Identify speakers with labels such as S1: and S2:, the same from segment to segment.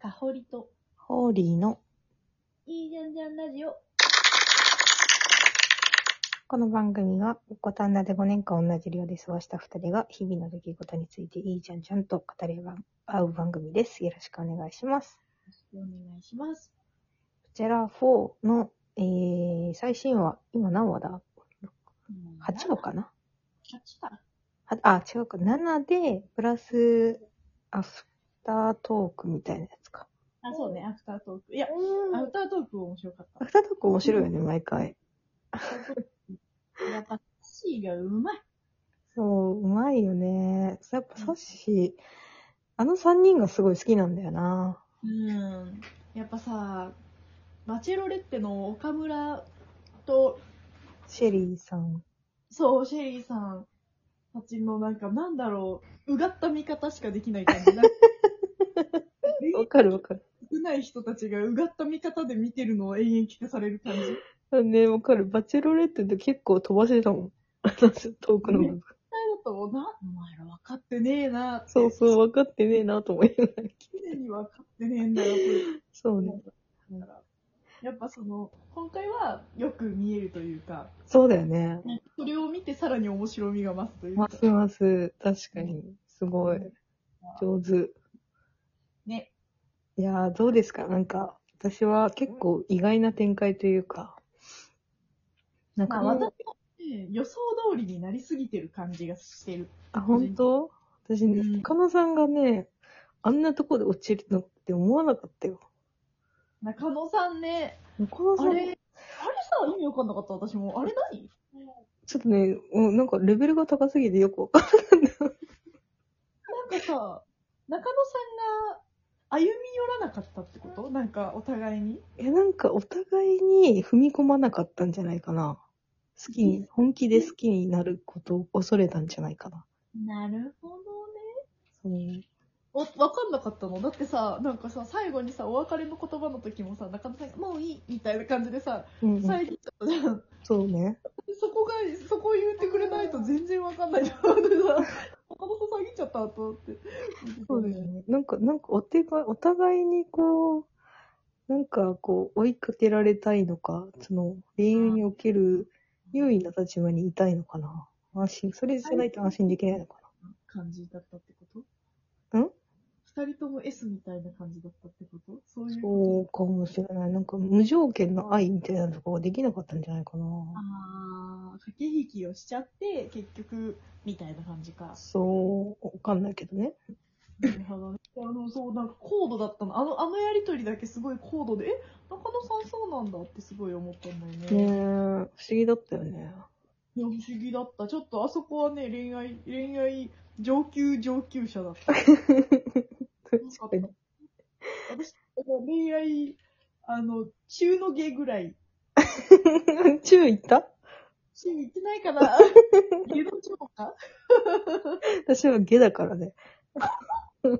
S1: かほりと、
S2: ホーリーの、
S1: いいじゃんじゃんラジオ。
S2: この番組は、五反田で5年間同じ寮で過ごした2人が、日々の出来事についていいじゃんじゃんと語り合う番組です。よろしくお願いします。
S1: よろしくお願いします。
S2: こちら4の、えー、最新話、今何話だ ?8 話
S1: 度
S2: かな
S1: 八だ。
S2: はあ、違うか。7で、プラス、アフタートークみたいなやつか。
S1: あ、そうね、アフタートーク。いや、アフタートーク面白かっ
S2: ア
S1: た。
S2: フタートーク面白いよね、毎回。
S1: やっぱ、シーがうまい。
S2: そう、うまいよね。そうやっぱサッシー、あの3人がすごい好きなんだよな。
S1: うん。やっぱさ、バチェロレッテの岡村と、
S2: シェリーさん。
S1: そう、シェリーさんたちのなんか、なんだろう、うがった見方しかできない感じ。 なんか
S2: わかるわかる。
S1: 少ない人たちがうがった見方で見てるのを延々聞かされる感じ。
S2: ね、わかる。バチェロレットって結構飛ばしてた もん。私、トークの部分。
S1: だとな、お前ら分かってねえなって。
S2: そうそう、分かってねえなと思いながら。
S1: 常に分かってねえんだよって
S2: そう
S1: 思
S2: ね。
S1: うから。やっぱその、今回はよく見えるというか、
S2: そうだよね。
S1: それを見てさらに面白みが増すというか
S2: ま。すます。確かに。すごい。上手。
S1: ね。
S2: いやー、どうですかなんか、私は結構意外な展開というか。なん
S1: ま
S2: か、
S1: あ私もね予想通りになりすぎてる感じがしてる。
S2: あ、本当私ね、
S1: うん
S2: 中野さんがね、あんなとこで落ちるのって思わなかったよ。
S1: 中野さんね、
S2: 中野
S1: あ
S2: さ
S1: れ、あ
S2: ん、
S1: れさ、意味わかんなかった私も。あれ何
S2: ちょっとね、もうなんかレベルが高すぎてよくわかんない。
S1: なんかさ、中野さんが歩み寄らなかったってことなんかお互いに。
S2: え、なんかお互いに踏み込まなかったんじゃないかな。好きに、本気で好きになることを恐れたんじゃないかな。
S1: なるほどね。
S2: そう。
S1: わ、わかんなかったのだってさ、なんかさ、最後にさ、お別れの言葉の時もさ、中野さんが、もういいみたいな感じでさ、
S2: うんうん、
S1: 遮っちゃったじゃん。
S2: そうね。
S1: そこが、そこ言ってくれないと全然わかんないじ ゃん。でさ、中野さん遮っちゃったと思って。
S2: そうだよね。なんか、なんかお手が、お互いにこう、なんかこう、追いかけられたいのか、その、恋愛における優位な立場にいたいのかな。安心、それじゃないと安心できないのか
S1: 感じだったってこ
S2: な。ん
S1: と二人とも S みたいな感じだったってことそういうこと。
S2: そうかもしれない。なんか無条件の愛みたいなとこができなかったんじゃないかな。
S1: あー、駆け引きをしちゃって、結局、みたいな感じか。
S2: そう、わかんないけどね。
S1: なるほどね。あの、そう、なんか高度だったの。あの、あのやりとりだけすごい高度で、え、中野さんそうなんだってすごい思ったんだよ
S2: ねえ、
S1: ね。
S2: 不思議だったよね。
S1: いや、不思議だった。ちょっとあそこはね、恋愛、恋愛上級上級者だった。
S2: 確かに。
S1: 私、恋愛、あの、中の下ぐらい。
S2: 中行った
S1: 中行ってないか な下の中か
S2: 私は下だからね。
S1: 下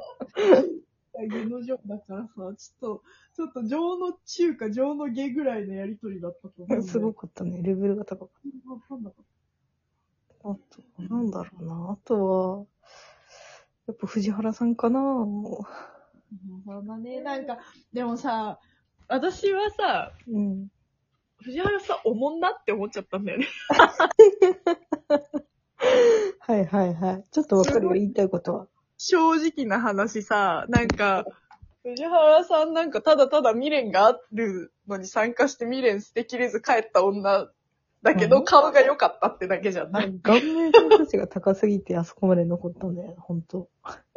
S1: の上だからさ、ちょっと、ちょっと上の中か上の下ぐらいのやりとりだったと思うんだよね。
S2: すごかったね。レベルが高かっ。
S1: わかんなかった
S2: あと、なんだろうな。あとは、やっぱ藤原さんかなも
S1: そんなね、なんか、でもさ、私はさ、
S2: う。うん。
S1: 藤原さん、おもんなって思っちゃったんだよね。
S2: はいはいはい。ちょっとわかるよ、言いたいことは。
S1: 正直な話さ、なんか、藤原さんなんかただただ未練があるのに参加して未練捨てきれず帰った女だけ
S2: う
S1: ど
S2: ん
S1: 顔が良かったってだけじゃない。
S2: 顔面偏差値が高すぎてあそこまで残ったんだよ、ほんと。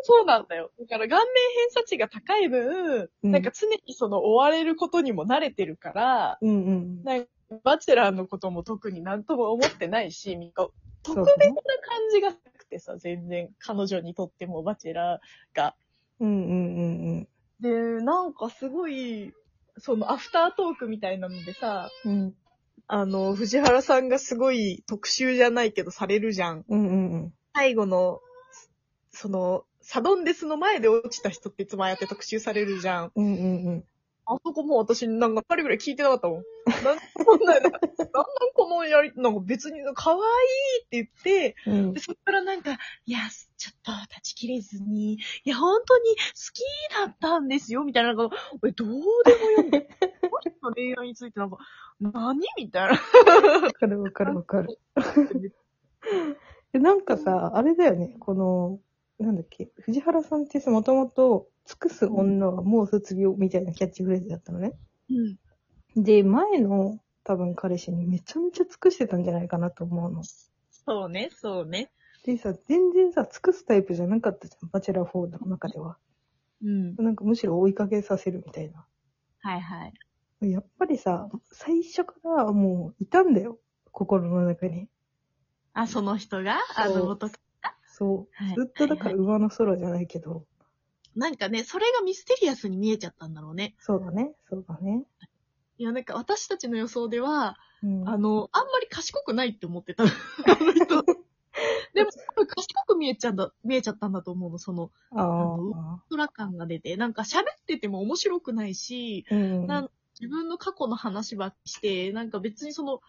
S1: そうなんだよ。だから顔面偏差値が高い分、
S2: うん
S1: なんか常にその追われることにも慣れてるから、
S2: うんうん。
S1: なんか、バチェラーのことも特になんとも思ってないし、みんな特
S2: そう
S1: 別な
S2: だね
S1: 感じがなくてさ、全然、彼女にとってもバチェラーが。
S2: うんうんうん
S1: で、なんかすごい、そのアフタートークみたいなのでさ、
S2: うん。うん。
S1: あの、藤原さんがすごい特集じゃないけどされるじゃん。
S2: うんうんうん。
S1: 最後の、その、サドンデスの前で落ちた人っていつもああやって特集されるじゃん。
S2: うんうんうん。
S1: あそこもう私なんか彼ぐらい聞いてなかったもん。なんでこんな、なんなんこのやり、なんか別に可愛いって言って、
S2: うん
S1: で。そっからなんか、いや、ちょっと断ち切れずに、いや、本当に好きだったんですよ、みたいな、なんか、え、どうでもよい。彼の恋愛についてなんか、何みたいな。
S2: わかるわかるわかる。でなんかさ、あれだよね、この、なんだっけ、藤原さんってさ、もともと、尽くす女はもう卒業みたいなキャッチフレーズだったのね。
S1: うん。
S2: で、前の多分彼氏にめちゃめちゃ尽くしてたんじゃないかなと思うの。
S1: そうね、そうね。
S2: でさ、全然さ、尽くすタイプじゃなかったじゃん、バチェラー4の中では。
S1: うん。
S2: なんかむしろ追いかけさせるみたいな。
S1: はいはい。
S2: やっぱりさ、最初からもういたんだよ、心の中に。
S1: あ、その人が、
S2: そう
S1: あの元カ
S2: そう。
S1: はい
S2: ずっとだから上の空じゃないけど、
S1: なんかね、それがミステリアスに見えちゃったんだろうね。
S2: そうだね、そうだね。
S1: いや、なんか私たちの予想では、
S2: うん、
S1: あの、あんまり賢くないって思 ってた。あの人。でも、多分賢く見えちゃった、見えちゃったんだと思うの、その、
S2: あ
S1: 空感が出て。なんか喋ってても面白くないし、
S2: あ、うん。
S1: なん自分の過去の話ばっかりして、なんか別にその、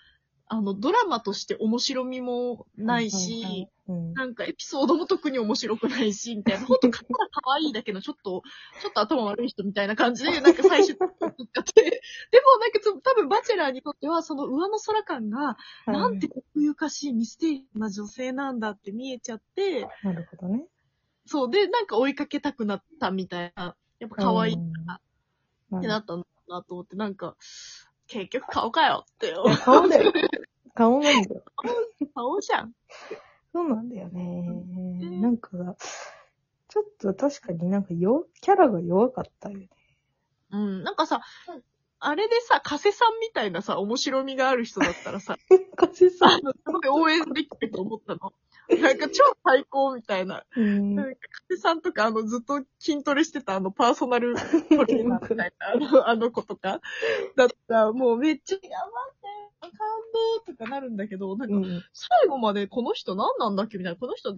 S1: あの、ドラマとして面白みもないし、
S2: はいはいはい、うん
S1: なんかエピソードも特に面白くないし、みた いな。ほんと、かっこ可愛いだけど、ちょっと、ちょっと頭悪い人みたいな感じで、なんか最初、使って。 でも、なんかつ、多分、バチェラーにとっては、その上の空感が、
S2: はい
S1: なんて奥ゆかしいミステリーな女性なんだって見えちゃって、
S2: なるほどね。
S1: そう、で、なんか追いかけたくなったみたいな。やっぱ可愛いっ
S2: うん
S1: な
S2: な
S1: て
S2: る
S1: なったんだなと思って、なんか、結局顔かよってよ
S2: い。や顔だよ。顔な んだよ。
S1: 顔じゃん。
S2: そうなんだよね。
S1: ん
S2: なんかさ、ちょっと確かになんかよ、キャラが弱かったよね。
S1: うん。なんかさ、あれでさ、加瀬さんみたいなさ、面白みがある人だったらさ、
S2: かし
S1: あ
S2: さ。
S1: の、すごい応援できてと思ったの。なんか超最高みたいな。
S2: うん
S1: なん。か、かてさんとか、あの、ずっと筋トレしてた、あの、パーソナルトレーナーみたいな、あの、あの子とか、だったら、もうめっちゃ、やばって、感動とかなるんだけど、なん
S2: う
S1: か、
S2: ん
S1: 最後までこの人何なんだっけみたいな、この人、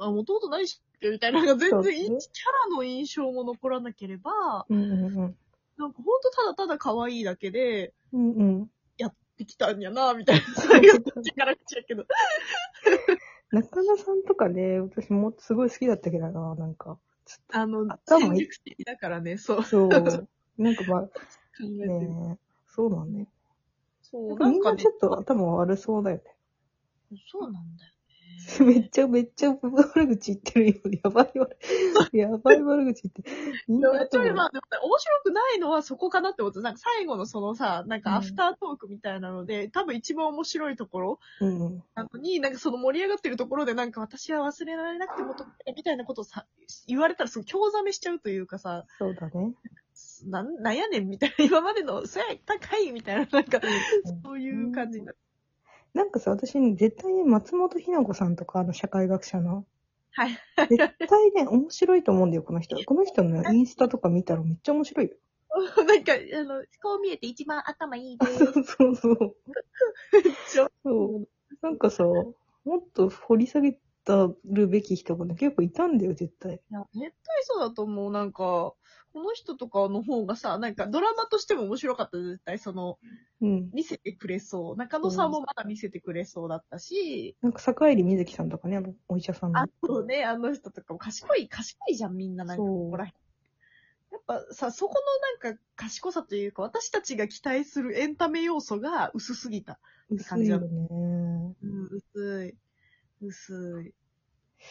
S1: あ、もともと何してっけみたいな、なんか全然いい、キ
S2: そ
S1: ャ
S2: うね
S1: ラの印象も残らなければ、
S2: うんうん
S1: なんか、ほんとただただ可愛いだけで、
S2: うん。うんうん。
S1: やってきたんやな、みたいな、そういう力口やけど、
S2: 中野さんとかね、私もすごい好きだったけどな、なんか。
S1: あの、
S2: 頭
S1: 戦
S2: いい
S1: 略的だからね、そう。考
S2: そう。なんかま
S1: え
S2: あ、
S1: てる
S2: ねそうなんだよ。
S1: そ
S2: な
S1: う、
S2: んか
S1: な
S2: み
S1: ん
S2: ん
S1: か
S2: な
S1: ね
S2: ちょ、っと頭悪そうだよね。
S1: そうなんだよ。
S2: めっちゃめっちゃ悪口言ってるよ。やばい悪口。やばい悪口言ってる。みんな
S1: ちょ
S2: 頭
S1: い
S2: 悪い
S1: まあ、でも面白くないのはそこかなって思って、なんか最後のそのさ、なんかアフタートークみたいなので、多分一番面白いところ
S2: うん。
S1: なのに、なんかその盛り上がってるところでなんか私は忘れられなくてもと、みたいなことをさ、言われたらすごい興ざめしちゃうというかさ、
S2: そうだね。
S1: なん、なんやねんみたいな、今 までの、そや、高いみたいな、なんか、
S2: うん
S1: そういう感じになる。
S2: なんかさ、私、絶対に松本ひな子さんとか、あの、社会学者の。
S1: はい。
S2: 絶対ね、面白いと思うんだよ、この人。この人のインスタとか見たらめっちゃ面白いよ。
S1: なんか、あの、こう見えて一番頭いいです。
S2: そうそうそう。
S1: ちょ
S2: そう。なんかさ、もっと掘り下げたるべき人がね、結構いたんだよ、絶対。
S1: いや、絶対そうだと思う。なんか、この人とかの方がさ、なんかドラマとしても面白かった。絶対その、
S2: うん。
S1: 見せてくれそう。中野さんもまだ見せてくれそうだったし、
S2: なんか、坂入瑞希さんとかね、あの、お医者さんの。
S1: あとね、あの人とかも賢い、賢いじゃん、みんな。なんか、
S2: そう
S1: ここら辺。やっぱさ、そこのなんか賢さというか、私たちが期待するエンタメ要素が薄すぎた。
S2: 薄いよね。
S1: うん、薄い。薄い。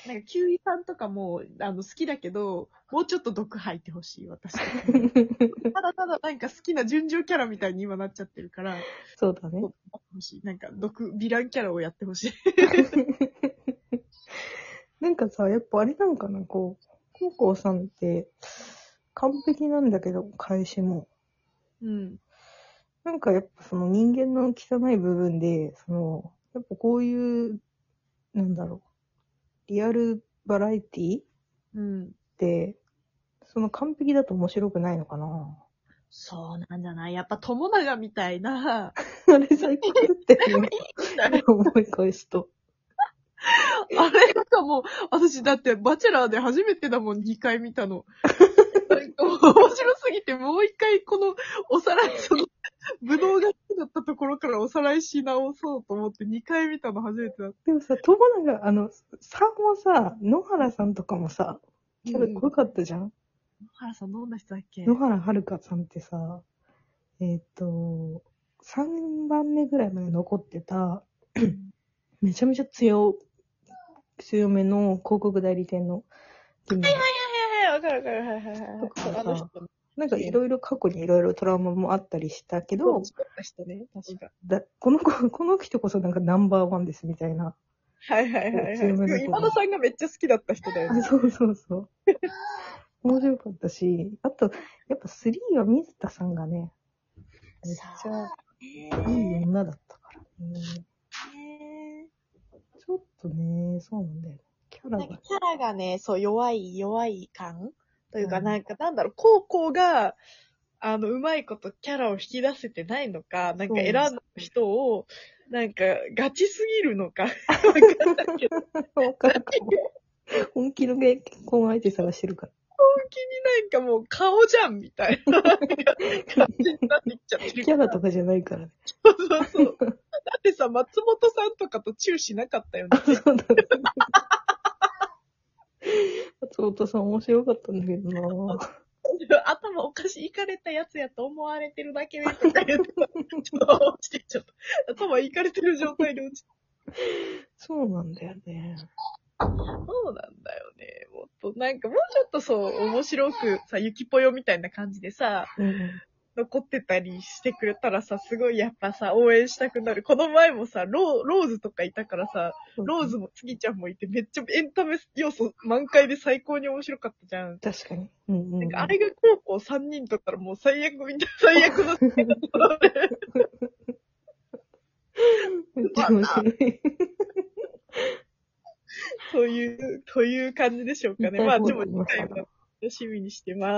S1: なんか、キュウイさんとかも、あの、好きだけど、もうちょっと毒吐いてほしい、 私。ただただなんか好きな純情キャラみたいに今なっちゃってるから、
S2: そうだね。
S1: 欲しいなんか毒、ヴィランキャラをやってほしい。
S2: なんかさ、やっぱあれなんかな、こう、高校さんって、完璧なんだけど、返しも。
S1: うん。
S2: なんかやっぱその人間の汚い部分で、その、やっぱこういう、なんだろう、リアルバラエティっ
S1: うん。
S2: て、その完璧だと面白くないのかな
S1: そうなんじゃないやっぱ友永みたい な、
S2: あれ最高だったよね。
S1: あれ
S2: 思い返すと。
S1: なんかもう、私だってバチェラーで初めてだもん、2回見たの。面白すぎて、もう一回このおさらい、その、ぶどうが好きだったところからおさらいし直そうと思って2回見たの初めてだった。
S2: でもさ、友永、あの、さんもさ、野原さんとかもさ、キャラ濃かったじゃん、
S1: 野原さんどんな人だっけ
S2: 野原はるかさんってさ、えっ、と、3番目ぐらいまで残ってた、めちゃめちゃ強、強めの広告代理店の人物
S1: はいはい、わかるわかる。はいはい
S2: とかさ
S1: あの人も
S2: なんかいろいろ過去にいろいろトラウマもあったりしたけ
S1: ど
S2: ど
S1: う、作った人ね、確か。
S2: だこの子、この人こそなんかナンバーワンですみたいな。
S1: はいはいはい、
S2: 強めの
S1: は
S2: 子
S1: い。今田さんがめっちゃ好きだった人だよね。
S2: そうそうそう。面白かったし、あと、やっぱ3は水田さんがね、めっちゃいい女だったからね。ちょっとね、そうなんだよね。キャラ
S1: なん
S2: が
S1: か。キャラがね、そう、弱い、弱い感というか、
S2: うん
S1: なんか、なんだろう、高校が、あの、うまいことキャラを引き出せてないのか、なんか選んだ人を、なんか、ガチすぎるのか。わかんないけど、
S2: わかるかも 本気の結婚相手探してるか
S1: なんかもう顔じゃんみたいな感じになってきちゃって
S2: ら。
S1: る。
S2: キャラとかじゃないからね。
S1: そうそうそう。だってさ、松本さんとかとチューしなかったよね。
S2: そうだね。松本さん面白かったんだけどな
S1: 頭おかしい、いかれたやつやと思われてるだけで、とか言って、ちょっと落ちてっちゃった。頭いかれてる状態で落ちて。
S2: そうなんだよね。
S1: そうなんだよね。もっと、なんかもうちょっとそう、面白くさ、ゆきぽよみたいな感じでさ、
S2: うん。
S1: 残ってたりしてくれたらさ、すごいやっぱさ、応援したくなる。この前もさ、ロー、ローズとかいたからさ、ローズもつぎちゃんもいて、めっちゃエンタメ要素満開で最高に面白かったじゃん。
S2: 確かに。うんうん、
S1: なんかあれが高校3人だったらもう最悪みたいな、最悪の
S2: めっちゃ 面白い。
S1: そういう、という感じでしょうかね。まあでも次回も楽しみにしてます。